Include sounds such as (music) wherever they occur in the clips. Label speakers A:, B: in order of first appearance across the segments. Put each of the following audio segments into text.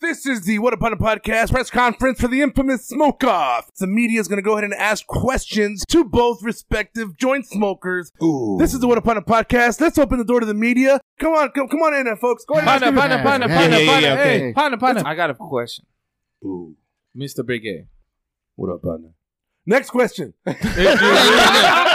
A: This is the What a Pun podcast press conference for the infamous smoke off. The media is going to go ahead and ask questions to both respective joint smokers.
B: Ooh.
A: This is the What a Pun podcast. Let's open the door to the media. Come on, come, come on in, there, folks. Go ahead. and ask
C: Pana,
A: me-
C: pana, pana,
B: Hey,
C: pana,
B: yeah, yeah,
C: pana,
B: yeah,
C: hey,
B: okay.
C: pana, pana. I got a question,
B: Ooh.
C: Mr. Big A.
B: What up, partner?
A: Next
B: (laughs)
A: question.
D: yes, yes.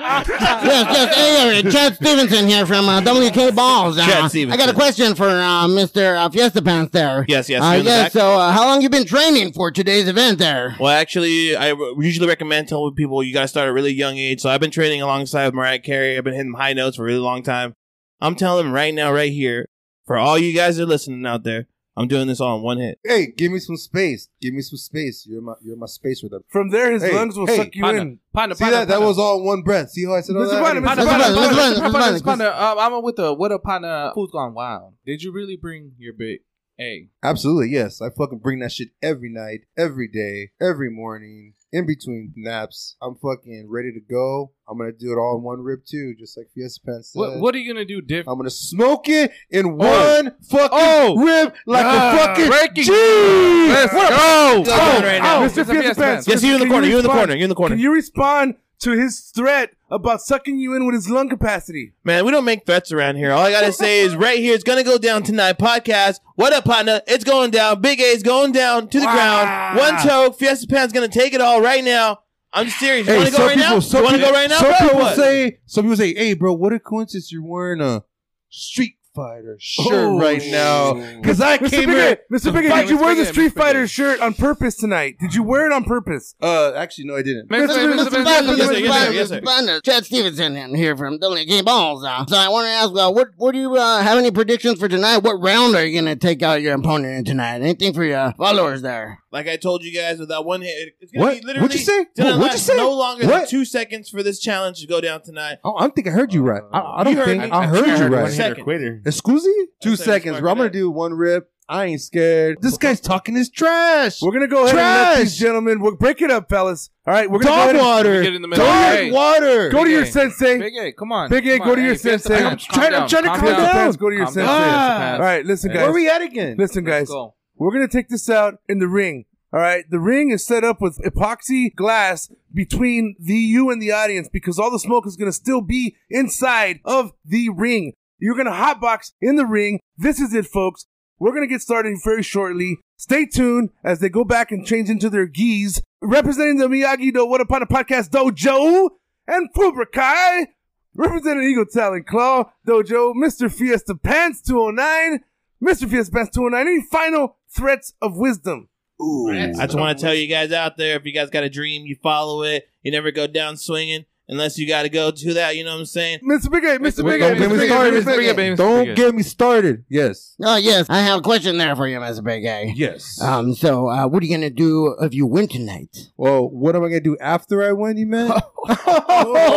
D: Hey, uh, Chad Stevenson here from uh, WK Balls. Uh,
B: Chad Stevenson.
D: I got a question for uh, Mr. Uh, Fiesta Pants there.
B: Yes, yes,
D: Uh,
B: you in the back?
D: yes. So, uh, how long you been training for today's event there?
B: Well, actually, I re- usually recommend telling people you got to start at a really young age. So I've been training alongside with Mariah Carey. I've been hitting high notes for a really long time. I'm telling them right now, right here, for all you guys that are listening out there, I'm doing this all in one hit.
E: Hey, give me some space. Give me some space. You're my you're my spacer. There.
A: From there, his
E: Hey,
A: lungs will
E: hey,
A: suck you
C: Pana,
A: in.
C: pana,
E: See
C: pana,
E: that? That
C: pana.
E: was all in one breath. See how I said all
A: Mr.
E: that?
A: Biden, Mr.
C: Pana,
D: Mr.
C: pana,
D: Biden,
C: pana,
D: Mr.
C: pana,
D: Biden,
C: pana,
D: Mr. Biden,
C: pana. Um, I'm with the what a pana who's gone wild. Did you really bring your big A?
E: Absolutely, yes. I fucking bring that shit every night, every day, every morning, in between naps. I'm fucking ready to go. I'm gonna do it all in one rip too, just like Fiesta Pen said.
C: What What are you gonna do different?
E: I'm gonna smoke it in one
C: Oh.
E: fucking
C: Oh.
E: rib like
C: Ah,
E: a fucking
C: breaking-
E: Jeez.
C: Let's
E: What a-
C: go.
E: Like
C: Oh,
E: that right
A: Oh,
E: now.
A: Mr. Fiesta Pants.
B: Yes, you in the
A: Can
B: corner. You in the
A: respond-
B: corner. You in the corner.
A: Can you respond to his threat about sucking you in with his lung capacity?
B: Man, we don't make threats around here. All I gotta say is right here, it's gonna go down tonight. Podcast. What up, partner? It's going down. Big A's going down to the ground. One toe. Fiesta Pan's gonna take it all right now. I'm serious. You
E: Hey,
B: wanna go
E: some
B: right
E: people-
B: now?
E: some
B: You wanna go
E: people-
B: right now,
E: Some
B: bro? or
E: people
B: what?
E: say, some people say, "Hey, bro, what a coincidence you're wearing a Street Fighter shirt right now."
C: Oh,
E: Because I
A: Mr.
E: came
A: Bigger,
E: here.
A: Mr. Bigger,
C: Fight
A: did you
C: with
A: wear
C: Big
A: the
C: Ed,
A: Street
C: Mr. Big
A: Fighter
C: Ed.
A: shirt on purpose tonight? Did you wear it on purpose?
E: Uh, actually, no, I didn't.
C: Mr. Biden,
A: Mr.
C: Mr.
A: Biden,
C: Biden,
D: Mr.
B: Oh, yes, sir,
D: Biden,
B: yes, sir,
D: Mr.
B: yes, sir.
D: Biden, Chad Stevenson in here from WK Balls. Uh, so, I want to ask, uh, what what do you uh, have any predictions for tonight? What round are you gonna take out your opponent in tonight? Anything for your uh, followers there?
B: Like I told you guys, with that one hit, it's gonna
E: What?
B: be literally.
E: What'd you say?
B: gonna
E: What'd you
B: last
E: say?
B: No longer than
E: What?
B: two seconds for this challenge to go down tonight.
E: Oh, I don't think I heard you right. I, I
B: You
E: don't
B: heard
E: think
B: me.
E: I heard you
B: One
E: right.
B: hitter quitter.
E: Excuse me? Two
B: That's how you
E: seconds,
B: start
E: bro. I'm gonna
B: that.
E: do one rip. I ain't scared. This guy's talking his trash.
A: We're gonna go ahead and let these
E: Trash!
A: gentlemen we'll break it up, fellas. All right, we're gonna
E: Dog
A: go, ahead
E: water.
C: Get in the middle. Hey.
E: Dog water.
A: and, go to
C: Big
A: your
C: A.
A: sensei.
C: Big A, come on.
A: Big A,
C: come
A: go
C: on.
A: to your
C: Hey, Fiesta
A: sensei.
C: Pan,
A: I'm
E: trying- I'm trying to calm
A: Fiesta
E: down.
A: Pants, go to your
C: Calm
A: sensei.
C: down, Fiesta
A: All
C: Pants.
A: right, listen,
C: Hey.
A: guys.
E: Where we at again?
A: Listen, guys.
C: Let's go.
A: We're gonna take this out in the ring. All right, the ring is set up with epoxy glass between the you and the audience because all the smoke is gonna still be inside of the ring. You're gonna hotbox in the ring. This is it, folks. We're gonna get started very shortly. Stay tuned as they go back and change into their gis. Representing the Miyagi Do What Upon a Podcast Dojo and Cobra Kai, representing Eagle Talent Claw Dojo, Mr. Fiesta Pants 209, Mr. Fiesta Pants 209. Any final threats of wisdom?
B: I just want to tell you guys out there, if you guys got a dream, you follow it. You never go down swinging unless you got to go to that. You know what I'm saying?
A: Mr. Big A, Mr. Big A,
E: Don't
C: Mr.
E: get
A: Mr.
E: me
A: Big A.
C: Bigger,
E: started.
C: Mr. Bigger, Mr. Bigger.
E: Don't get me started. Yes.
D: Oh yes, I have a question there for you, Mr. Big A.
E: Yes.
D: Um, so uh, what are you gonna do if you win tonight?
E: Well, what am I gonna do after I win?
C: (laughs)
E: You man? (laughs)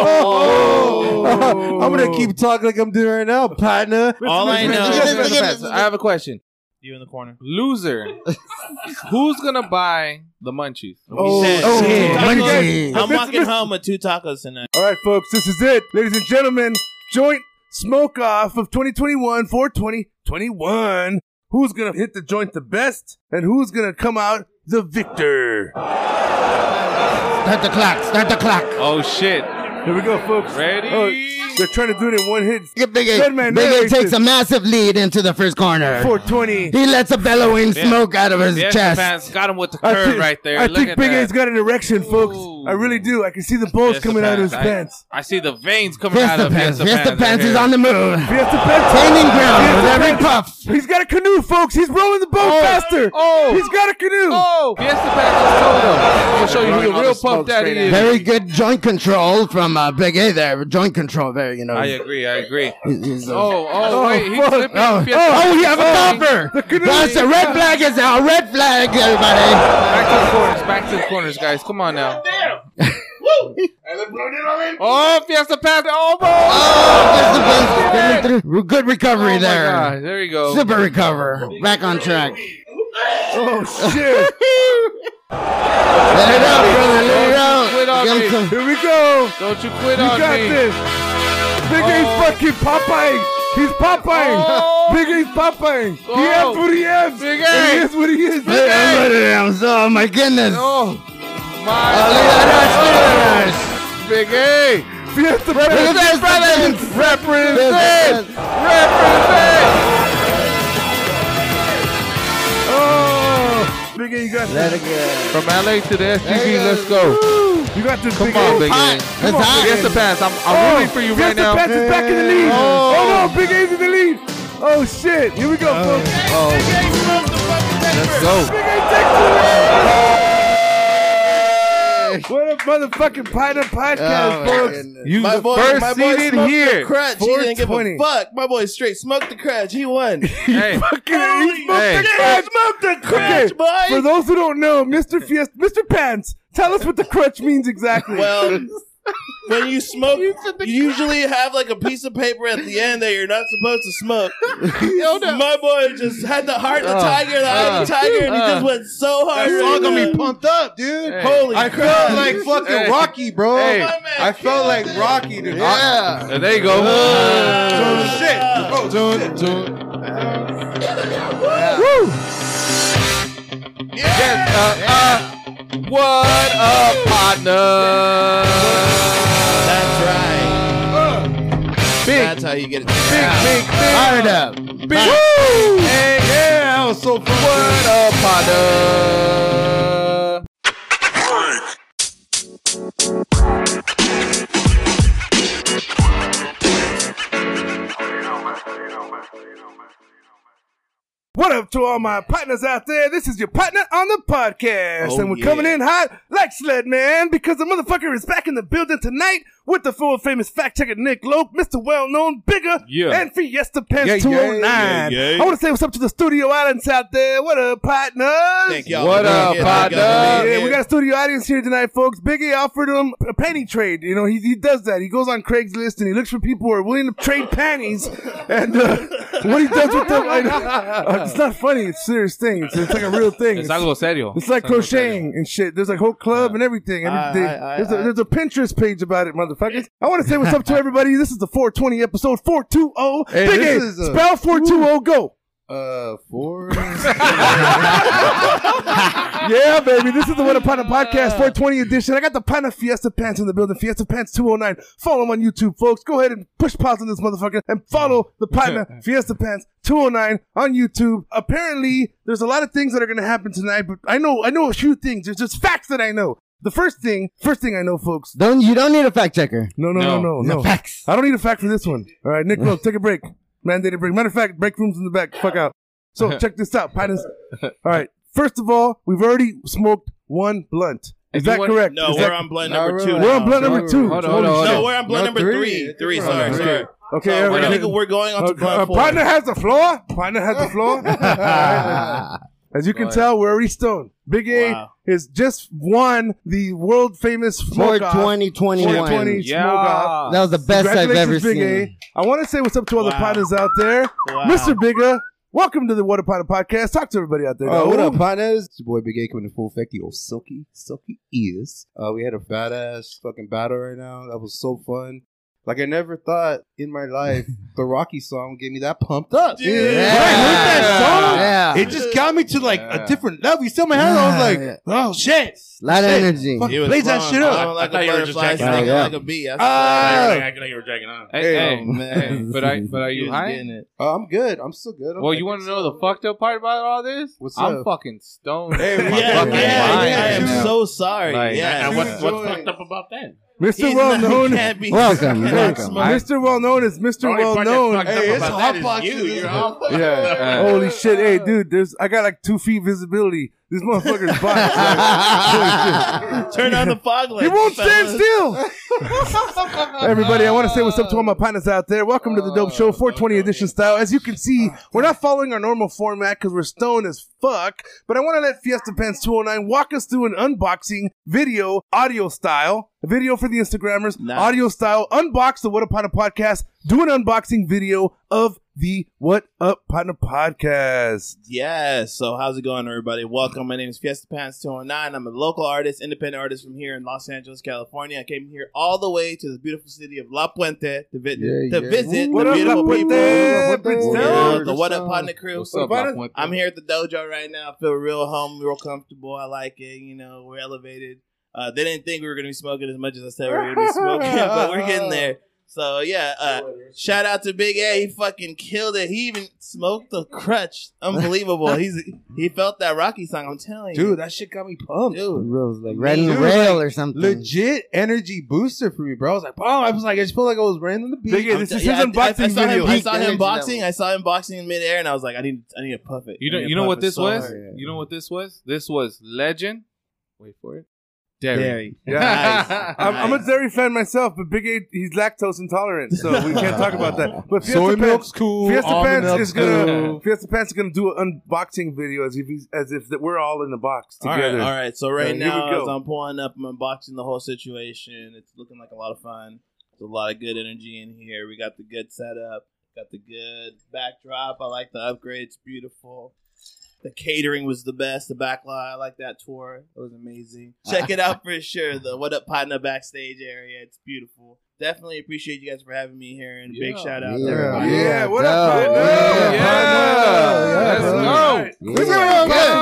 A: Oh.
E: (laughs) I'm gonna keep talking like I'm doing right now, partner.
B: All I
C: Mr.
B: know.
C: Bigger, Mr.
D: Mr. Bigger,
C: Pants,
D: Mr.
C: I have a question.
B: You in the corner.
C: Loser, who's gonna buy the munchies?
A: Oh,
B: said-
A: oh,
B: Hey,
A: yeah.
B: I'm
D: Munchies.
B: I'm
A: Mr.
B: walking
A: Mr.
B: home with two tacos tonight.
A: All right, folks, this is it. Ladies and gentlemen, joint smoke off of 2021 420 21. Who's going to hit the joint the best and who's going to come out the victor?
D: Start the clock. Start the clock.
C: Oh shit!
A: Here we go, folks.
C: Ready?
A: Oh, they're trying to do it in one hit.
D: Big A,
A: Good man,
D: Big A
A: narrate
D: takes
A: this.
D: a massive lead into the first corner.
A: 420.
D: He lets a bellowing smoke out of his
C: Fiesta
D: chest.
C: Pants got him with the
A: I
C: curve
A: think,
C: right there.
A: I
C: Look
A: think
C: at
A: Big
C: that.
A: A's got an erection, folks.
C: Ooh.
A: I really do. I can see the balls
C: Fiesta
A: coming out of his
C: Pants. I-
A: pants.
C: I, see the veins coming out
D: Fiesta
C: of
D: Pants.
C: Fiesta,
D: Fiesta Pants
C: right
D: is
C: here.
D: on the move.
A: Fiesta Pants.
D: Gaining ground with
A: Fiesta
D: every
A: Pants.
D: puff.
A: He's got a canoe, folks. He's rolling the boat faster.
C: Oh.
A: He's got a canoe.
C: Oh, Fiesta Pants is told him. We'll show you who
A: Throwing
C: the
A: all
C: real
A: the
C: Puff
A: smoke
C: Daddy
A: straight at
C: is.
D: Very good joint control from uh, Big A there. Joint control, very you know.
C: I agree. I agree.
D: he's- he's, uh,
C: Oh, oh, wait, he's
A: fuck.
C: slipping.
D: Oh,
C: Fiesta
D: oh,
C: Pants
D: we have
C: is
D: a
C: falling.
D: golfer.
A: canoe.
D: That's a red flag is out. Red flag, everybody.
C: Back to the corners. Back to the corners, guys. Come on now. oh, Fiesta Pants. Oh, bro. Oh,
D: Oh, Fiesta Pants coming through. Good recovery
C: my
D: there.
C: God. There you go.
D: Super recover. Back on track.
A: Oh, shit.
D: Let it out, brother. Let it
C: Quit
D: out.
C: on
D: Give
C: me.
D: him some-
C: (laughs)
A: Here we go.
C: Don't you quit
A: You
C: on
A: got
C: me. Oh.
A: this. Big A's fucking Popeye He's Popeying. Big E's Popeying. He has what he has.
C: Big
A: And
C: A.
A: He is what he is.
D: Look at him. Oh my goodness.
C: Oh,
D: Oh, look
C: my
D: at that. Look at that.
C: Big A.
A: Fiesta
D: Look
A: Fest.
D: at that.
C: Represent. Represent.
A: Oh. Big A, you got
D: Let
A: this.
D: it go.
C: From LA to the
D: There you
C: STV, let's
D: go.
C: go.
A: You got this, Big
C: Come
A: A.
C: on, Big A.
D: Hot.
A: Come
D: That's
A: on,
D: hot.
C: Yes, the pass. I'm, I'm
A: Oh,
C: rooting for you right
A: Fiesta
C: now.
A: Fest is back in the lead.
C: Oh.
A: Oh, no. Big A's in the lead. Oh, shit. Here we go, folks.
B: oh.
C: Let's go.
A: Big A takes the lead. What a motherfucking pie to podcast,
D: Oh, my
A: folks.
D: goodness.
C: You
B: My
C: the
B: boy,
C: first
B: my boy
C: seed in
B: smoked
C: here.
B: the crutch. He didn't give
A: 420.
B: a fuck. My boy straight smoked the crutch. (laughs) He won.
C: Hey,
A: Fucking he smoked
C: Hey.
A: the crutch. Okay,
B: Crutch, boy.
A: For those who don't know, Mr. Fiesta, Mr. Pants, tell us what the crutch means exactly.
B: Well, when you smoke, you usually have like a piece of paper at the end that you're not supposed to smoke. My boy just had the heart of the
C: Uh,
B: tiger, the eye of the
C: uh,
B: tiger, and he
C: uh.
B: just went so hard.
E: That song
B: right
E: gonna
B: now.
E: be pumped up, dude.
C: Hey.
B: Holy
E: I
B: crap. Oh,
E: felt like fucking
C: Hey.
E: Rocky, bro.
C: Hey.
B: My man
E: I felt
B: killed
E: like
B: it.
E: Rocky, dude.
D: Yeah.
C: Uh, there you go.
A: Uh,
E: Oh, shit. Oh,
C: Dun, dun.
A: Woo!
C: Yes, uh, uh, what a partner.
B: That's right.
C: Big,
B: That's how you get it.
C: big, big, big.
D: Fired up.
C: Woo! Hey, yeah, that was so fun. What a partner.
A: What up to all my partners out there? This is your partner on the podcast.
B: Oh,
A: and we're
B: yeah.
A: coming in hot like Sled Man because the motherfucker is back in the building tonight with the full famous fact checker Nick Lope, Mr. Well Known Bigger,
C: Yeah.
A: and Fiesta Pants
E: Yeah, yeah,
A: 209.
B: yeah, yeah.
A: I want to say what's up to the studio audience out there. What up, partners? Uh,
B: Thank y'all.
C: What
B: for
C: up,
B: being here. Thank y'all for
C: partner?
B: being
A: Yeah, we
B: here.
A: got a studio audience here tonight, folks. Biggie offered him a panty trade. You know, he, he does that. He goes on Craigslist and he looks for people who are willing to trade panties. And uh, what he does with them, I know, uh, it's not funny. It's a serious thing. It's, it's like a real thing.
C: It's algo serio.
A: It's like crocheting and shit. There's like whole club and everything. Every,
B: I-
A: they-
B: I- I-
A: there's, a,
B: I-
A: there's a Pinterest page about it, motherfuckers. I want to say what's up to everybody. This is the 420 episode 420.
E: Hey,
A: Big
E: this
A: A,
E: is a-
A: spell 420. Go.
E: Uh, four.
A: Yeah, baby. This is the What Upon a Podcast 420 edition. I got the Pana Fiesta Pants in the building. Fiesta Pants 209. Follow him on YouTube, folks. Go ahead and push pause on this motherfucker and follow the Pana Fiesta Pants 209 on YouTube. Apparently, there's a lot of things that are going to happen tonight, but I know, I know a few things. There's just facts that I know. The first thing, first thing I know, folks.
D: Don't you don't need a fact checker.
A: No, no, no, no,
C: No.
A: no.
E: (laughs)
D: Facts.
A: I don't need a fact for this one. All right, Nick, look, take a break. Mandated break. Matter of fact, break rooms in the back. Fuck out.
B: (laughs)
A: So check this out, partners. All right. First of all, we've already smoked one blunt. Is
C: If you
A: that
C: want-
A: correct?
B: No,
A: Is
B: we're
A: that-
B: on blend
E: No,
B: number
E: we're
B: two.
E: on-
A: we're
B: now.
A: on blunt
E: No,
A: number
E: we're-
A: two.
C: hold on, hold on, hold
B: No,
C: on.
B: we're on blend
E: No,
B: number
E: three.
B: three. Three,
E: We're on
B: sorry,
E: number
B: sorry.
A: Okay,
B: Uh,
A: all
B: we're,
A: right.
B: gonna- we're going on to
A: Okay, uh,
B: blend four.
A: partner has the floor. Partner has the floor. (laughs)
B: (laughs)
A: All right.
D: Ah.
A: As you can tell, we're already stoned. Big A
B: Wow.
A: has just won the world famous
D: For
A: smoke off.
D: 2021.
A: 420. Smoke
C: Yeah.
A: off.
D: That was the best I've ever
A: Congratulations, Big
D: seen.
A: A. I want to say what's up to all the
B: Wow.
A: partners out there.
B: Wow.
A: Mr. Bigger, welcome to the Water Potter Podcast. Talk to everybody out there.
D: Oh,
E: Uh,
A: dog.
E: what up, partners? It's your boy Big A coming in full effect. The old silky, silky ears. Uh, we had a badass fucking battle right now. That was so fun. Like I never thought in
A: (laughs)
E: my life the Rocky song gave me that pumped up.
B: Dude.
E: When I heard
D: Yeah.
E: that song, it just got me to like
C: Yeah.
E: a different level. You still my head. I was like, oh shit.
D: A lot of
E: Shit.
D: energy.
E: Fuck.
B: He was
E: Blaze that
B: flying.
E: shit up.
B: I don't like
F: I thought
B: a
F: you were just
B: butterfly.
F: checking
B: I
D: out.
B: don't
E: uh,
D: Yeah.
B: like a bee. That's
E: Ah.
F: I know you were dragging on.
C: Hey, hey,
E: Damn, man.
C: hey, but I, but are you high?
E: Uh, I'm good. I'm still good. I'm
C: Well,
E: like-
C: you want to know the fucked up part about all this?
E: What's
C: I'm
E: up?
C: fucking stoned.
E: Hey,
C: My
B: yeah,
E: my
B: yeah,
C: fucking
B: yeah,
C: mind
B: I am
C: right now.
B: so sorry.
C: Like,
F: Yeah,
B: yeah,
F: and what,
E: Enjoy.
F: what's fucked up about that?
A: Mr. Well
E: (laughs)
A: Known?
D: Welcome, welcome.
A: Mr. Well Known is Mr.
F: The only
A: Well
F: part that's
A: Known.
F: fucked up
E: Hey, it's
F: about
E: a
F: that
E: hot
F: is
E: box,
F: you.
E: dude.
F: You're all fucked up.
C: Yeah.
A: Holy shit! Hey, dude, there's I got like two feet visibility. This motherfucker's box.
E: (laughs)
B: Turn on the fog light.
A: He won't stand still. Everybody, I want to say what's up to all my partners out there. Welcome to the Dope Show 420 edition style. As you can see, we're not following our normal format because we're stoned as fuck. But I want to let Fiesta Pants 209 walk us through an unboxing video, audio style, video for the Instagrammers,
B: Nice.
A: audio style, unbox the What Upon a Podcast do an unboxing video of the What Up Partner podcast.
B: Yes. So how's it going, everybody? Welcome. My name is Fiesta Pants 209. I'm a local artist, independent artist from here in Los Angeles, California. I came here all the way to the beautiful city of La Puente to, vi-
E: Yeah,
B: to
E: yeah.
B: visit
A: What
B: the
A: up, La
B: beautiful
A: Puente?
B: people.
A: What
E: Princeton?
B: Yeah, the
E: Princeton.
B: What Up Partner crew.
C: What's up,
A: About it?
C: Lockwood?
B: I'm here at the dojo right now. I feel real home, real comfortable. I like it. You know, we're elevated. Uh, they didn't think we were going to be smoking as much as I said we were going to be smoking, (laughs) but we're getting there. So, yeah, uh, shout out to Big A. He fucking killed it. He even smoked the crutch. Unbelievable. He's He felt that Rocky song, I'm telling you.
E: Dude, that shit got me pumped.
B: Dude.
D: Rose, like riding the
E: Dude,
D: rail or something.
E: Legit energy booster for me, bro. I was like, oh, I was like, I just felt like I was running on the beat.
A: Big A,
B: I'm
A: this
B: t-
A: is
B: yeah,
A: his
B: I- I- I,
A: unboxing
B: saw him,
A: video.
B: I saw him
D: Energy
B: boxing.
D: level.
B: I saw him boxing in midair, and I was like, I need, I need to puff it. I
C: You know,
B: need
C: you
B: to
C: know
B: puff
C: what
B: it
C: this
B: so
C: was?
B: hard.
C: You know what this was? This was Legend. Wait for it. Derry.
B: Dairy. (laughs)
A: Yeah.
B: Nice.
A: I'm, I'm a
B: Nice.
A: dairy fan myself, but Big A, he's lactose intolerant, so we can't talk about that. But Fiesta
E: Soy
A: Pants-
E: milk's cool.
A: Fiesta
E: almond
A: Pants
E: milk's
A: is gonna
E: cool.
A: Fiesta Pants is gonna do an unboxing video as if he's, as if that we're all in the box
B: All right,
A: together.
B: all right. So right
A: Uh, here we
B: now,
A: go.
B: as I'm pulling up, I'm unboxing the whole situation. It's looking like a lot of fun. There's a lot of good energy in here. We got the good setup. Got the good backdrop. I like the upgrades. Beautiful. The catering was the best. The backlot. I like that tour. It
A: (laughs)
B: was amazing. Check it out for sure. The what up partner backstage area. It's beautiful. Definitely appreciate you guys for having me here. And big
C: Yeah.
B: shout out
D: Yeah.
B: to everybody.
A: Yeah, what up,
D: duh.
A: partner?
E: Yeah,
A: Yeah.
E: partner.
A: Let's
E: Yeah,
A: go.
D: Yeah.
A: We're gonna go to the
D: Yeah,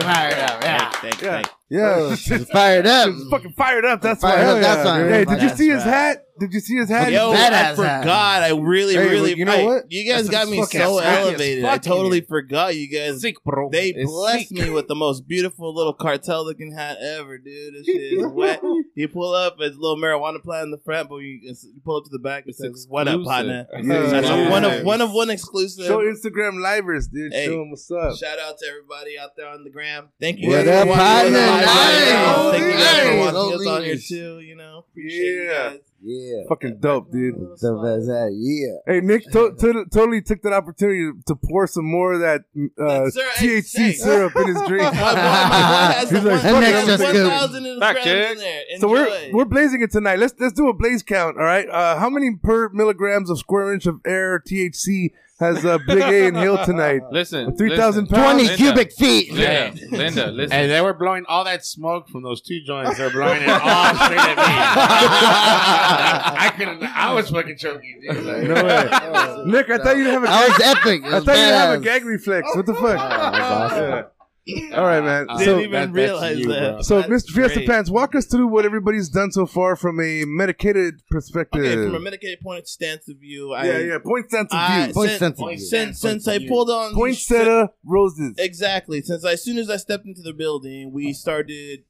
A: partner.
D: fired up, yeah.
B: Thank, thank,
A: Yeah.
B: thank.
A: (laughs)
E: Yeah.
B: (laughs)
D: Fired up.
A: He's fucking fired up. That's
D: Fired
A: why.
D: up,
A: Hell
D: that's
A: yeah.
D: why.
A: Hey, did you
B: That's
A: see his
B: right.
A: hat? Did you see his hat?
B: Yo,
D: That
B: I
D: has
B: forgot. I really,
E: Hey,
B: really.
E: but you know
B: I-
E: what?
B: You guys
E: That's
B: got
E: a
B: me
E: fucking
B: so
E: sick ass
B: elevated. I
E: fucking
B: totally
E: dude.
B: forgot you guys.
C: Sick, bro.
B: They
C: It's
B: blessed
C: sick.
B: me with the most beautiful little cartel looking hat ever, dude. This shit is wet. You pull up, it's a little marijuana plant in the front, but you, it's- you pull up to the back. It
C: It's
B: says, "What up,
C: exclusive.
B: partner?"
C: Uh,
A: Yeah.
B: That's a
A: Yeah.
B: one of one of one exclusive.
A: Show Instagram livers, dude.
B: Hey.
A: Show him what's up.
B: Shout out to everybody out there on the gram. Thank you.
D: What
B: guys
D: up,
B: for watching
D: partner?
B: us live.
A: Nice.
B: Thank you guys for
A: Nice.
B: watching us on here
D: Nice.
B: too. You know, appreciate you
A: Yeah.
B: guys.
D: Yeah.
A: Fucking dope, dude.
D: The best, uh, yeah.
A: Hey, Nick to- to- totally took that opportunity to pour some more of that uh,
B: That syrup-
A: THC
B: hey.
A: syrup in
B: (laughs)
A: his drink. (laughs)
B: My boy, my boy has
A: He's
B: the
A: like, "Fuck
B: one-
D: That
A: it,
D: next
A: I'm
D: just
A: taking
D: good.
B: 1,000 in his
C: Fact
B: grams
C: check.
B: in there.
A: So we're
B: Enjoy.
A: we're blazing it tonight. Let's let's do a blaze count. All right, uh, how many per milligrams of square inch of air THC has uh, Big A inhaled tonight?
C: Listen.
A: Three thousand
C: listen.
A: pounds.
D: 20
C: Linda.
D: cubic feet.
C: Linda, Linda, listen.
F: And they were blowing all that smoke from those two joints. They're blowing it
C: (laughs)
F: all straight at me. (laughs) I couldn't. I was fucking choking. dude. Like,
A: No way. Nick, I thought you didn't have a gag.
D: That was epic. It
A: I
D: was
A: thought you didn't have a
D: badass.
A: gag reflex. What the fuck? Yeah. All right, man.
F: I
A: So-
B: Didn't even
F: that's
B: realize that.
F: bro.
A: So,
B: That's
A: Mr. Fiesta
B: great.
A: Pants, walk us through what everybody's done so far from a medicated perspective.
B: Okay, from a medicated point of stance of view, I,
A: yeah, yeah. Point sense of
B: I-
A: view.
D: Point
B: Since-
D: sensitive.
B: Since since I pulled on
A: Poinsettia roses.
B: exactly since I- as soon as I stepped into the building,
A: Uh-huh.
B: we started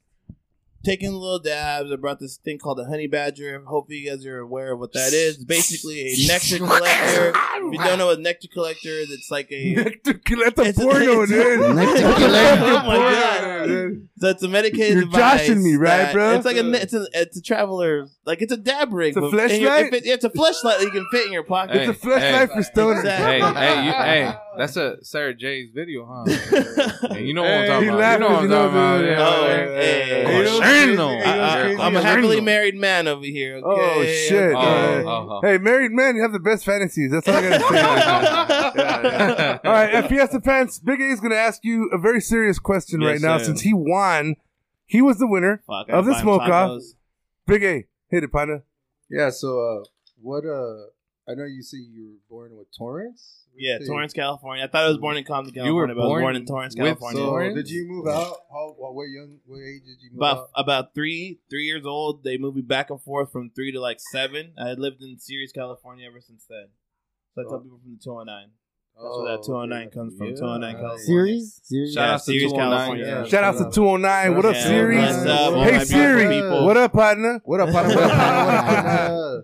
B: taking little dabs. I brought this thing called the honey badger. Hopefully, you guys are aware of what that is. It's basically
A: (laughs)
B: a nectar collector. If you don't know what nectar collector is, it's
A: (laughs)
B: like a
A: Nectar Coletta
B: It's-
A: porno,
B: it's-
A: dude.
D: Nectar
B: Oh my God.
A: dude.
B: So it's a medicated
A: You're
B: device.
A: joshing me, right,
B: that-
A: bro?
B: It's like a it's a it's a traveler, like it's a dab rig.
A: It's a
B: but- and you-
A: fleshlight?
B: if it- yeah, it's a fleshlight that you can fit in your pocket.
A: It's a
C: Hey,
A: flashlight
C: hey.
A: for stoners.
C: hey,
B: Exactly.
C: hey, you, hey, that's a Sarah J's video, huh? Hey, you know what I'm talking
A: He
C: about.
A: laughed
C: You know what I'm talking about.
A: because he knows
B: Oh,
A: it.
C: Yeah.
A: Yeah,
B: hey.
A: yeah, yeah.
C: Oh,
A: He knows
C: shit.
A: crazy. He
B: I,
A: knows crazy.
C: I-
B: am a
A: He knows
B: happily
A: crazy.
B: married man over here.
A: Oh
B: okay?
A: shit!
C: Oh,
A: Yeah.
C: oh, oh.
A: Hey, married men, you have the best fantasies. That's all I gotta say.
B: (laughs)
A: (laughs)
C: oh,
A: Yeah, yeah. All right, at Fiesta Pants, Big A is gonna ask you a very serious question
B: Yes,
A: right now
B: sir.
A: since he won. He was the winner. Of
B: Fuck,
A: the
B: I'm buying
A: smoke off.
B: tacos.
A: Big A, hit it, partner.
E: (laughs) Yeah, so uh, what? Uh, I know you say you were born with Torrance.
B: Yeah,
E: Hey,
B: Torrance, California. I thought I was born in Compton,
C: You were
B: California, but I was
C: born
B: born in Torrance,
C: with
B: California.
E: So
C: Torrance?
E: did you move out? How? What, what young? What age did you move
B: about
E: out?
B: about three three years old, they moved me back and forth from three to like seven. I had lived in Ceres, California, ever since then. So I tell people from the 209. That's
E: Oh,
B: where that 209 comes from. 209 California.
D: Series? Series?
B: Shout out to
C: Ceres,
B: 209,
C: California.
B: yeah.
A: Shout out to 209. What up,
B: Yeah,
A: Siri?
B: what's up, all my
A: Hey,
B: beautiful
A: Siri.
B: people?
A: What up, partner?
E: What up? partner? What up, partner? What
B: (laughs)
E: up, partner?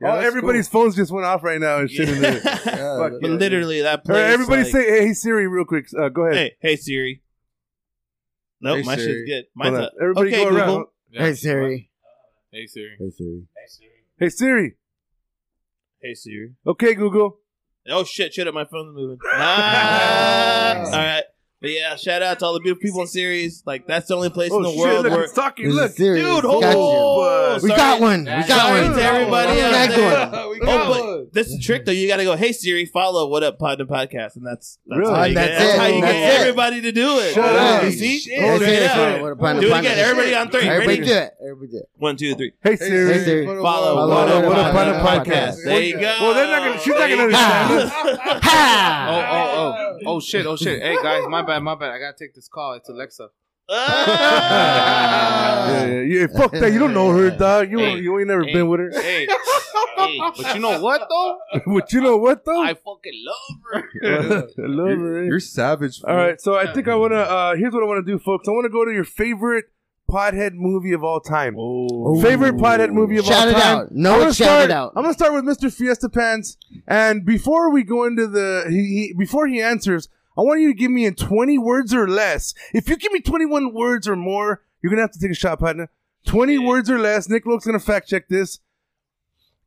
E: Yeah,
A: oh,
E: that's
A: everybody's phones just went off right now and shit. in
B: (laughs)
D: (laughs)
A: there.
E: cool. Yeah,
A: Fuck
E: that-
B: But literally, that
A: All
B: place.
A: right, everybody
B: like,
A: say, hey, hey, Siri, real quick. Uh, go ahead.
B: hey, hey Siri. Nope,
E: Hey,
B: my
E: Siri.
B: shit's good. Mine's
A: Hold on.
B: up.
A: Everybody
B: okay,
A: go
B: Google.
A: around.
C: Yeah.
D: Hey, Siri.
C: Hey, Siri.
D: Hey, Siri.
A: Hey, Siri.
B: Hey Siri.
A: Okay, Google.
B: Oh shit! Shut up! My phone's moving. Ah! All right. But yeah, shout out to all the beautiful people in series. Like that's the only place
A: Oh
B: in the
A: shit!
B: world
A: look,
B: where
A: it's talking.
D: This is
A: Look,
D: serious.
B: dude.
D: Got
B: Hold
D: you.
B: on.
D: We got one. We
C: That's
D: got
B: sorry
D: one.
B: to everybody
D: We
B: else
D: got
B: there.
D: one.
C: we
B: Oh,
C: got
B: but this is the trick though. You got to go. Hey Siri, follow what up pod to podcast, and that's that's
A: Really?
B: how you
D: That's
B: get,
D: it.
B: that's how you get
D: That's it.
B: everybody to do it.
A: Shut
D: up.
B: You see?
A: Shit.
B: Hold
D: That's
B: it
D: it.
B: up.
D: What a pun-
B: Do it
D: pun-
B: again. Everybody on three.
D: Everybody
B: Ready?
D: do it. Everybody do it.
B: One, two, three.
A: hey Siri.
D: Hey, Siri.
B: Follow,
D: Follow
B: what up
D: What
B: pod,
D: Up
B: to
D: Pod to
B: podcast.
D: Podcast.
B: There you go.
A: Well, they're not gonna- she's not gonna
B: understand.
C: Oh,
D: Ha!
C: oh, oh, oh, shit, oh shit. Hey guys, my bad, my bad. I gotta take this call. It's Alexa.
A: Yeah, yeah, yeah, fuck that. You don't know
D: (laughs)
A: her, dog. You
C: Hey.
A: you ain't never
C: Hey.
A: been with her.
B: (laughs)
C: Hey, hey, but you know what though?
A: (laughs) but you know what though? (laughs)
C: I fucking love her.
A: I love her. eh?
E: You're savage.
A: All right, so I think I want to.
D: Mm.
A: Uh, here's what I want to do, folks. I want to go to your favorite Podhead movie of all time. Favorite Podhead movie of
D: Oh. Shout
A: all
D: it
A: time.
D: out.
A: I'm
D: No,
A: gonna
D: Oh. one shout
A: start.
D: it out.
A: I'm gonna start with Mr. Fiesta Pants. And before we go into the, he, he, before he answers, I want you to give me in 20 words or less. If you give me 21 words or more, you're gonna have to take a shot, partner. 20 words or less. Nick Loke's gonna fact check this.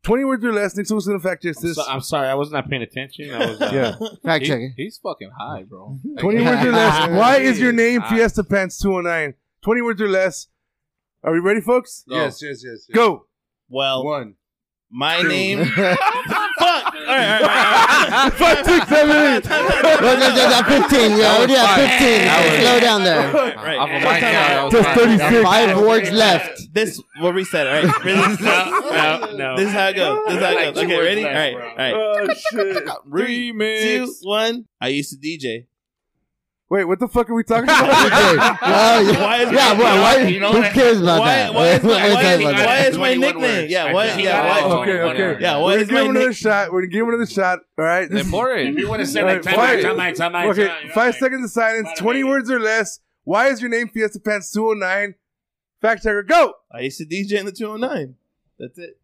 A: 20 words or less. Nick Loke's gonna fact check
F: I'm,
A: this.
F: so, I'm sorry, I was not paying attention. I was, uh,
A: Yeah.
D: Fact
F: he-
D: check it.
C: He's fucking high,
A: (laughs)
C: bro.
A: 20 words
C: (laughs)
A: or (laughs) less. Why is your name Fiesta Pants 209? 20 words or less. Are we ready, folks?
E: Yes, yes, yes. yes.
A: Go.
B: Well,
E: One.
B: my name.
D: (laughs)
B: Fuck. All right, all right, all right.
A: Five, six, seven, eight. (laughs)
B: (laughs)
D: Well, no, no, no, 15. You already have 15. Slow down there.
B: All right.
C: Off of my count, I was
A: Just
C: high.
A: 36.
D: Five words (laughs) left.
B: This we'll reset. All
D: (laughs)
B: right, ready?
F: no, no,
B: This is how it goes. This is how it goes. Okay, ready? All right, all right.
A: Oh, shit.
B: Two,
C: Remix.
B: one. I used to DJ.
A: Wait, what the fuck are we talking (laughs) about?
D: Okay. Oh, yeah.
B: Why is
D: yeah,
B: my-
D: why, why,
F: you know
D: who
F: that-
D: cares about
B: Why?
D: that?
B: Why
D: (laughs)
B: is my,
D: Who
B: why
D: cares
B: is,
D: about
F: I-
B: why
D: that?
B: is my
F: 21
B: nickname?
F: words.
B: Yeah.
F: I
B: Why?
F: just-
B: Yeah.
F: I
B: Why?
F: just-
A: okay, okay.
B: Yeah,
A: We're
B: what
A: gonna
B: is
A: give him
B: my
A: another
B: nick-
A: shot. We're gonna give him another shot. All right. This
F: Then
A: is-
F: pour it. If you want to say
A: like, time out, time
F: out, time
A: okay, five seconds of silence. Twenty words or less. Why is your name Fiesta Pants 209? Fact checker, go.
B: I used to DJ in the 209. That's it.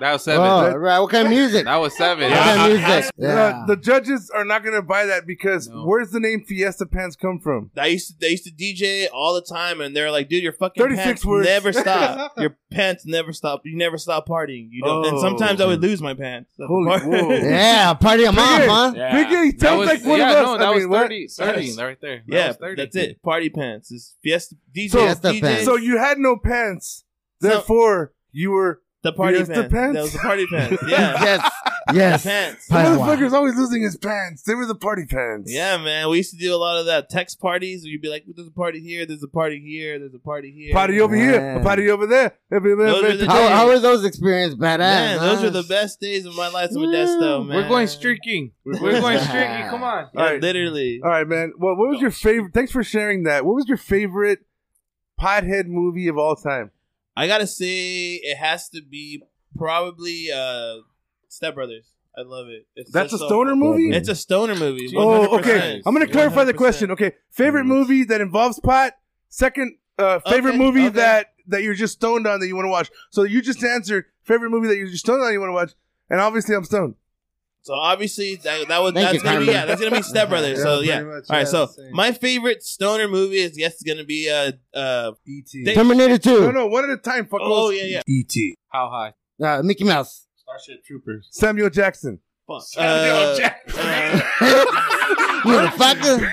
C: That was seven.
D: Oh, right. What kind of music?
C: That was seven.
D: What kind of music?
A: Uh,
D: Yeah.
A: the judges are not gonna buy that because
C: No.
A: where's the name Fiesta Pants come from?
B: I used to, they used to DJ all the time, and they're like, "Dude, your fucking
A: 36
B: pants
A: words. (laughs)
B: never stop. your pants never stop. You never stop partying. You don't." And sometimes I would lose my pants. (laughs) at the
A: Oh. Holy
B: party.
A: whoa.
D: Yeah, party of mom,
A: Big
D: huh?
A: A. Big A, he
C: That
A: sounds
C: was-
A: like one
C: yeah,
A: of us.
C: No, that
A: I
C: was
A: mean, what?
C: 30, 30 right there. That
B: yeah,
C: was 30.
B: that's it. Party pants. It's fiesta DJ.
D: So- Fiesta
B: DJ,
D: pants.
A: So you had no pants,
B: So-
A: therefore you were.
B: the party
A: Fiesta
B: pants.
A: pants?
B: That was the party
A: (laughs)
B: pants. Yeah,
D: Yes.
B: the
D: Yes.
B: pants.
A: The
D: Padawan.
A: motherfucker's always losing his pants. They were the party pants.
B: Yeah, man. We used to do a lot of that text parties. Where you'd be like, "There's a party here. There's a party here. There's a party here."
A: Party over here,
D: Man.
A: a party over there.
B: Those are the
D: How,
B: days.
D: how are those experiences badass?
B: Man, those
D: huh?
B: are the best days of my life with Modesto, man.
C: We're going streaking. We're going streaking. Come on.
B: Yeah,
A: All right.
B: literally.
A: All right, man. Well, what was
B: Oh,
A: your favorite? Thanks for sharing that. What was your favorite pothead movie of all time?
B: I gotta say, it has to be probably uh Step Brothers. I love it. It's
A: That's
B: just
A: a
B: so
A: stoner
B: fun.
A: movie.
B: It's a stoner movie.
A: oh,
B: 100%.
A: okay. I'm gonna clarify the
B: 100%.
A: question. Okay, favorite movie that involves pot. Second, uh, favorite
B: Okay,
A: movie
B: okay.
A: that that you're just stoned on that you want to watch. So you just answered favorite movie that you're just stoned on you want to watch, and obviously I'm stoned.
B: So obviously that that was
D: Thank
B: that's
D: you,
B: gonna be
D: Carmen.
B: yeah that's gonna be
A: (laughs) Uh-huh.
B: Step Brothers. so
E: pretty
B: yeah. All
E: much,
B: right.
E: yeah,
B: so
E: same.
B: my favorite stoner movie is yes gonna be uh uh
A: E
E: E.T.
B: They-
D: Terminator 2.
A: No, no, one at a time. Fuck.
B: oh yeah yeah
A: E
E: E.T.
C: How high?
D: Uh, Mickey Mouse.
F: Starship Troopers.
A: Samuel Jackson. (laughs)
B: fuck. Uh, uh,
A: (laughs)
D: Motherfucker.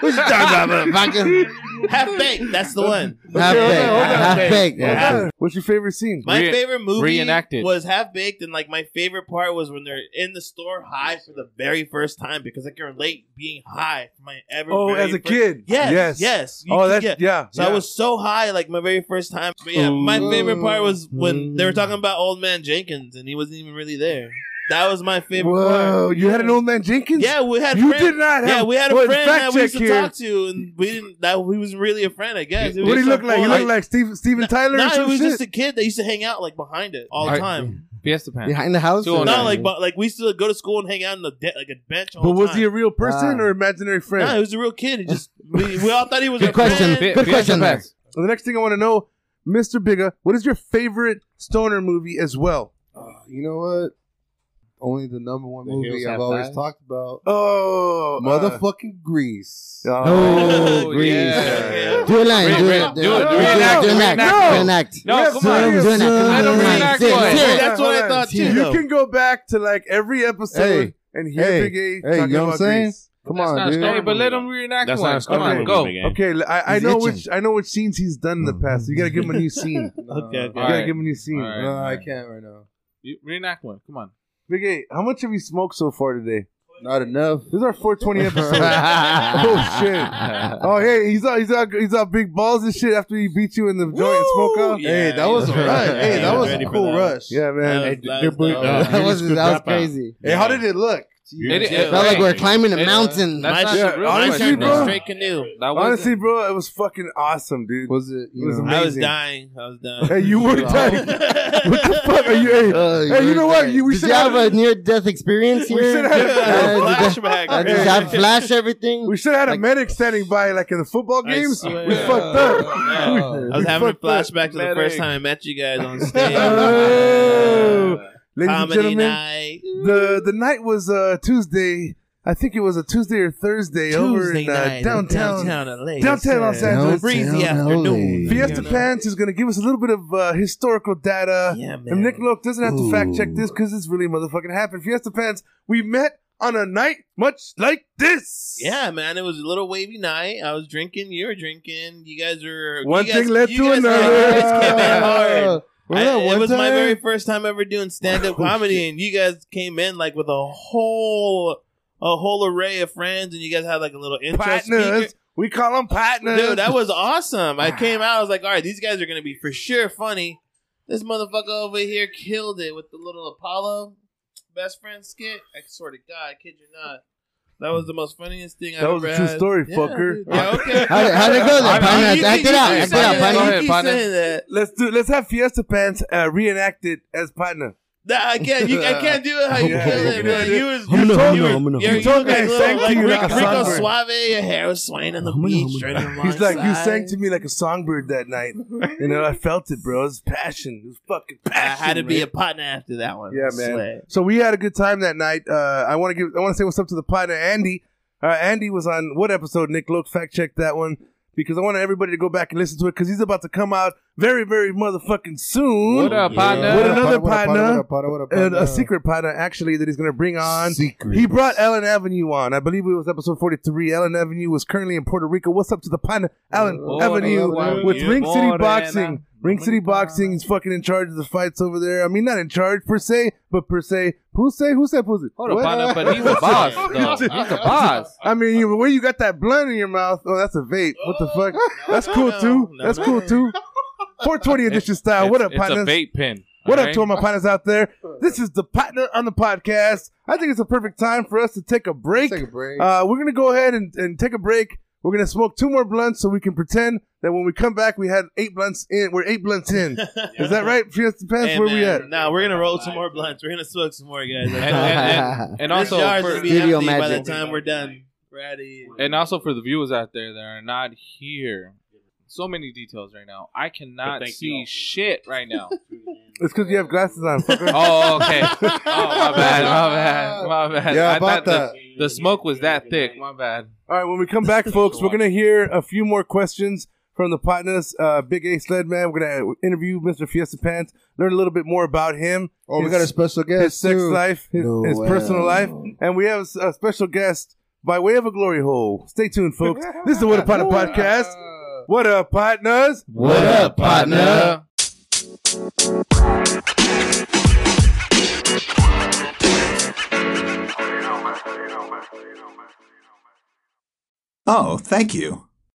D: What you talking about, motherfucker?
B: Half baked.
A: (laughs)
B: That's the one.
D: Half
A: hold on,
D: baked.
A: hold on.
D: Half baked.
A: Hold
D: yeah.
A: on. What's your favorite scene?
B: My
C: Re-
B: favorite movie
C: reenacted.
B: was Half Baked, and like my favorite part was when they're in the store high for the very first time because I can relate being high for my ever.
A: Oh,
B: very
A: as a
B: first-
A: kid.
B: Yes, yes.
A: Yes.
B: you
A: Oh,
B: can-
A: that's
B: yeah.
A: yeah. yeah.
B: So I was so high, like my very first time. But yeah, my favorite part was when they were talking about old man Jenkins, and he wasn't even really there. That was my favorite
A: Whoa,
B: part.
A: you had an old man Jenkins.
B: Yeah, we had.
A: you
B: friend-
A: did not. Have,
B: Yeah, we had a
A: Well,
B: friend
A: fact
B: that we used to
A: check here.
B: talk to, and we didn't. That he was really a friend, I guess. It was
A: What do you
B: just
A: look
B: some
A: like? You
B: fool-
A: look like Steve, Steven Tyler. or
B: Nah, it
A: some
B: was
A: shit?
B: just a kid that used to hang out like behind it all the
C: Alright.
B: time.
C: Fiesta Pan.
D: Behind the house?
C: No,
B: No,
C: Alright.
B: like but, like we used to go to school and hang out in the de- like a bench. All
A: but was he
B: the
A: a real person
D: Wow.
A: or imaginary friend?
B: time. Nah, he was a real
A: (laughs)
B: kid. He just we, we all thought he was
D: Good
B: a
D: question.
B: Friend.
D: Good question there.
A: Well, the next thing I want to know, Mr. Bigga, what is your favorite stoner movie as well?
E: Uh, you know what? Only the number one
C: The Hills
E: movie I've
C: Have
E: always
C: Eyes.
E: talked about.
A: Oh,
E: uh, Motherfucking Grease.
D: Oh,
C: Oh,
D: Grease.
C: (laughs) yeah.
D: Do a line. Do it.
C: Do it, do it,
D: Do it. Do an
C: reenact,
D: act. Do an act.
C: No, come
D: Do
C: on.
D: an act.
A: Yes,
D: Do an act.
A: sir.
C: Let
D: Come on,
C: him
D: do an
C: reenact
D: act. Do
C: one.
D: it. Do
B: Yeah,
D: it.
B: that's what I thought too.
A: You
B: though.
A: can go back to like every episode
E: Hey.
A: and hear
E: Hey.
A: Big A
E: Hey,
A: talking
E: you know what
A: about
E: I'm saying?
A: Grease.
E: Come
C: That's
E: on,
C: not a
E: dude.
C: story, but let him reenact
F: That's not
C: one.
F: a story
C: Come on,
F: movie,
C: go.
F: big guy.
A: Okay, l- I, I
D: He's
A: know
D: itching.
A: which I know which scenes he's done in the past. You gotta give him a new scene. You
B: (laughs) Okay, okay.
A: gotta
C: Alright.
A: give him a new scene.
C: Alright.
E: No, I can't right now.
C: You- Reenact one. Come on.
A: Big A, how much have you smoked so far today?
E: Not enough.
A: This is our 420
E: (laughs)
A: episode. (laughs) oh
D: (laughs)
A: shit! Oh hey, he's out, he's out, he's out big balls and shit after he beat you in the joint and smoke
C: Oh,
A: out.
B: Yeah,
E: hey, that was a
B: yeah.
E: rush. Hey,
B: Yeah,
E: that was a
B: ready for
E: cool
B: that.
E: rush.
A: Yeah, man.
B: That was- that
F: they're
B: was
F: booting
B: dope.
D: (laughs)
F: up.
D: that was
F: Just
D: that was
F: dropout.
D: crazy.
E: Hey, how did it look?
C: It- it-
D: Felt like we're
C: Hey,
D: climbing a
B: uh,
C: it-
D: mountain.
C: That's not
A: Yeah,
C: the real
A: honestly,
C: question,
A: bro.
C: Straight-
B: Straight canoe.
C: That wasn't-
A: Honestly, bro, it was fucking awesome, dude.
E: Was it? You
A: It was
E: know,
B: I was
A: Amazing.
B: dying. I was dying. (laughs)
A: Hey, you were dying. (laughs) What the fuck are you? Hey,
D: Uh,
A: hey, you know what? You, we
D: Did
A: should
D: you have
A: have
D: a near death experience
A: We should
D: here?
A: (laughs) have-
D: Uh, did
B: Flashback.
D: that- did that flash everything?
A: We should have had
D: Like-
A: a medic standing by, like in the football
B: I
A: games. We
B: swear.
A: fucked up. (laughs)
E: (laughs)
C: Yeah.
A: We-
C: I
B: I
A: we
B: was having a
A: fucked up.
B: flashback to the
A: Medic.
B: first time I met you guys
A: (laughs)
B: on stage.
C: uh,
A: Oh. Ladies and
B: Comedy
A: gentlemen,
B: night.
A: the the night was uh, Tuesday. I think it was a Tuesday or Thursday over in uh, downtown.
B: downtown LA.
A: downtown Los
B: Yes, sir.
A: Angeles.
B: Breezy
E: Downtown
B: afternoon.
E: LA.
A: Fiesta
B: You know?
A: Pants is going to give us a little bit of uh, historical data.
B: Yeah, man.
A: and Nick Loke doesn't have to fact check
E: Ooh.
A: this because it's really motherfucking happened. Fiesta Pants, we met on a night much like this.
B: Yeah, man, it was a little wavy night. I was drinking, you were drinking. You guys were
A: One
B: you
A: thing
B: guys,
A: led
B: you
A: to
B: guys-
A: another.
B: You guys came in hard. I-
E: Remember that
B: it
E: one
B: was my
E: time? Oh,
B: very first time ever doing stand up comedy, and you guys came in like with a whole a whole array of friends, and you guys had like a little intro speaker.
A: Partners. We call them partners.
B: Dude, that
A: (laughs)
B: was awesome. I came out, I was like, all right, these guys are gonna be for sure funny. This motherfucker over here killed it with the little Apollo best friend skit. I swear to God, I kid you not. That was the most funniest thing I've
A: That
B: ever
A: was a true
B: had.
A: story,
B: Yeah,
A: fucker.
B: dude. Yeah,
D: (laughs)
B: okay.
D: How did, how did it go
B: I mean,
D: there, partner?
B: you
D: Act
B: keep-
D: it out.
B: you
D: Act
B: keep
D: it out,
B: saying that,
D: partner.
B: you keep
C: partner.
B: saying that.
A: Let's do. Let's have Fiesta Pants uh, reenacted as partner.
B: Nah, I can't. You, I can't do it how you
A: Yeah,
B: feel
A: you
B: it,
A: can
B: man.
A: do it.
B: You was.
A: I'm
B: you
A: gonna- I'm
B: you
A: gonna-
B: were-
A: I'm gonna-
B: yeah,
A: You
B: you
A: told
B: look
A: me I
B: like little-
A: sang to
B: like
A: you
B: Rick-
A: like a
B: Rico
A: songbird.
B: Suave. Your hair was swaying on the beach. right along
A: He's like, you
B: side.
A: sang to me like a songbird that night. You know, I felt it, bro. It was passion. It was fucking
B: I
A: passion.
B: had to be a
A: man.
B: partner after that one.
A: Yeah,
B: I
A: man.
B: swear.
A: So we had a good time that night. Uh, I want to give. I want to say what's up to the partner, Andy. Uh, Andy was on what episode? Nick Loke fact checked that one because I want everybody to go back and listen to it because he's about to come out very, very motherfucking soon.
C: What up,
E: Yeah.
C: partner?
A: What another
E: What up,
A: partner?
E: What up, partner? What
C: Oh,
E: up,
A: And
E: partner?
A: a secret partner actually that he's going to bring on.
E: Secret.
A: He brought Ellen Avenue on. I believe it was episode 43. Ellen Avenue was currently in Puerto Rico. What's up to the partner, Ellen
C: Oh,
A: Avenue,
C: Ellen
A: with
C: Avenue.
A: Ring City
C: Morena.
A: Boxing? Ring City
C: Morena.
A: Boxing is fucking in charge of the fights over there. I mean, not in charge per se, but per se. Who say? Who said pussy?
C: Hold up, partner, but he's a boss, (laughs) though. He's a boss.
A: (laughs) I mean, you- where you got that blunt in your mouth? Oh, that's a vape. What the
C: (laughs)
A: fuck? (laughs) That's cool
B: no,
A: too.
B: no,
A: That's
B: no.
A: cool too. 420 edition style.
C: It's-
A: what up,
C: It's a
A: partners?
C: vape pen.
A: What up
C: alright?
A: to all my partners out there? This is the partner on the podcast. I think it's a perfect time for us to take a break.
E: Take a break.
A: Uh, we're gonna go ahead and, and take a break. We're gonna smoke two more blunts so we can pretend that when we come back we had eight blunts in. We're eight blunts in.
B: (laughs)
A: Is that right? Fiesta Pants,
B: Hey,
A: where we
B: man.
A: at?
B: Nah, we're gonna roll some more blunts. We're gonna smoke some more guys.
C: And, and,
D: (laughs)
C: and, and also,
B: this jar's
C: for,
B: gonna be
D: Video
B: empty by the
D: magic.
B: time we're done. We're out of here.
C: and also (laughs) for the viewers out there that are not here, so many details right now. I cannot
B: thank you all
C: see
B: for-
C: shit right now.
A: It's because you have glasses on.
B: (laughs)
A: fucker.
C: oh, okay. Oh, my bad. My bad. My bad.
E: Yeah,
C: I thought
E: about that.
C: the, the smoke was that thick. My bad.
A: All right, when we come back, folks, we're gonna hear a few more questions from the partners. Uh, Big A Sledman. We're gonna interview Mr. Fiesta Pants, learn a little bit more about him.
E: Oh, we
A: his-
E: got a special guest.
A: his sex
E: too.
A: life, his,
E: No
A: his
E: way.
A: personal life, and we have a special guest by way of a glory hole. Stay tuned, folks. this is the What Up
E: (laughs)
A: Partner podcast. What up, partners?
C: What up, partner?
G: Oh, thank you.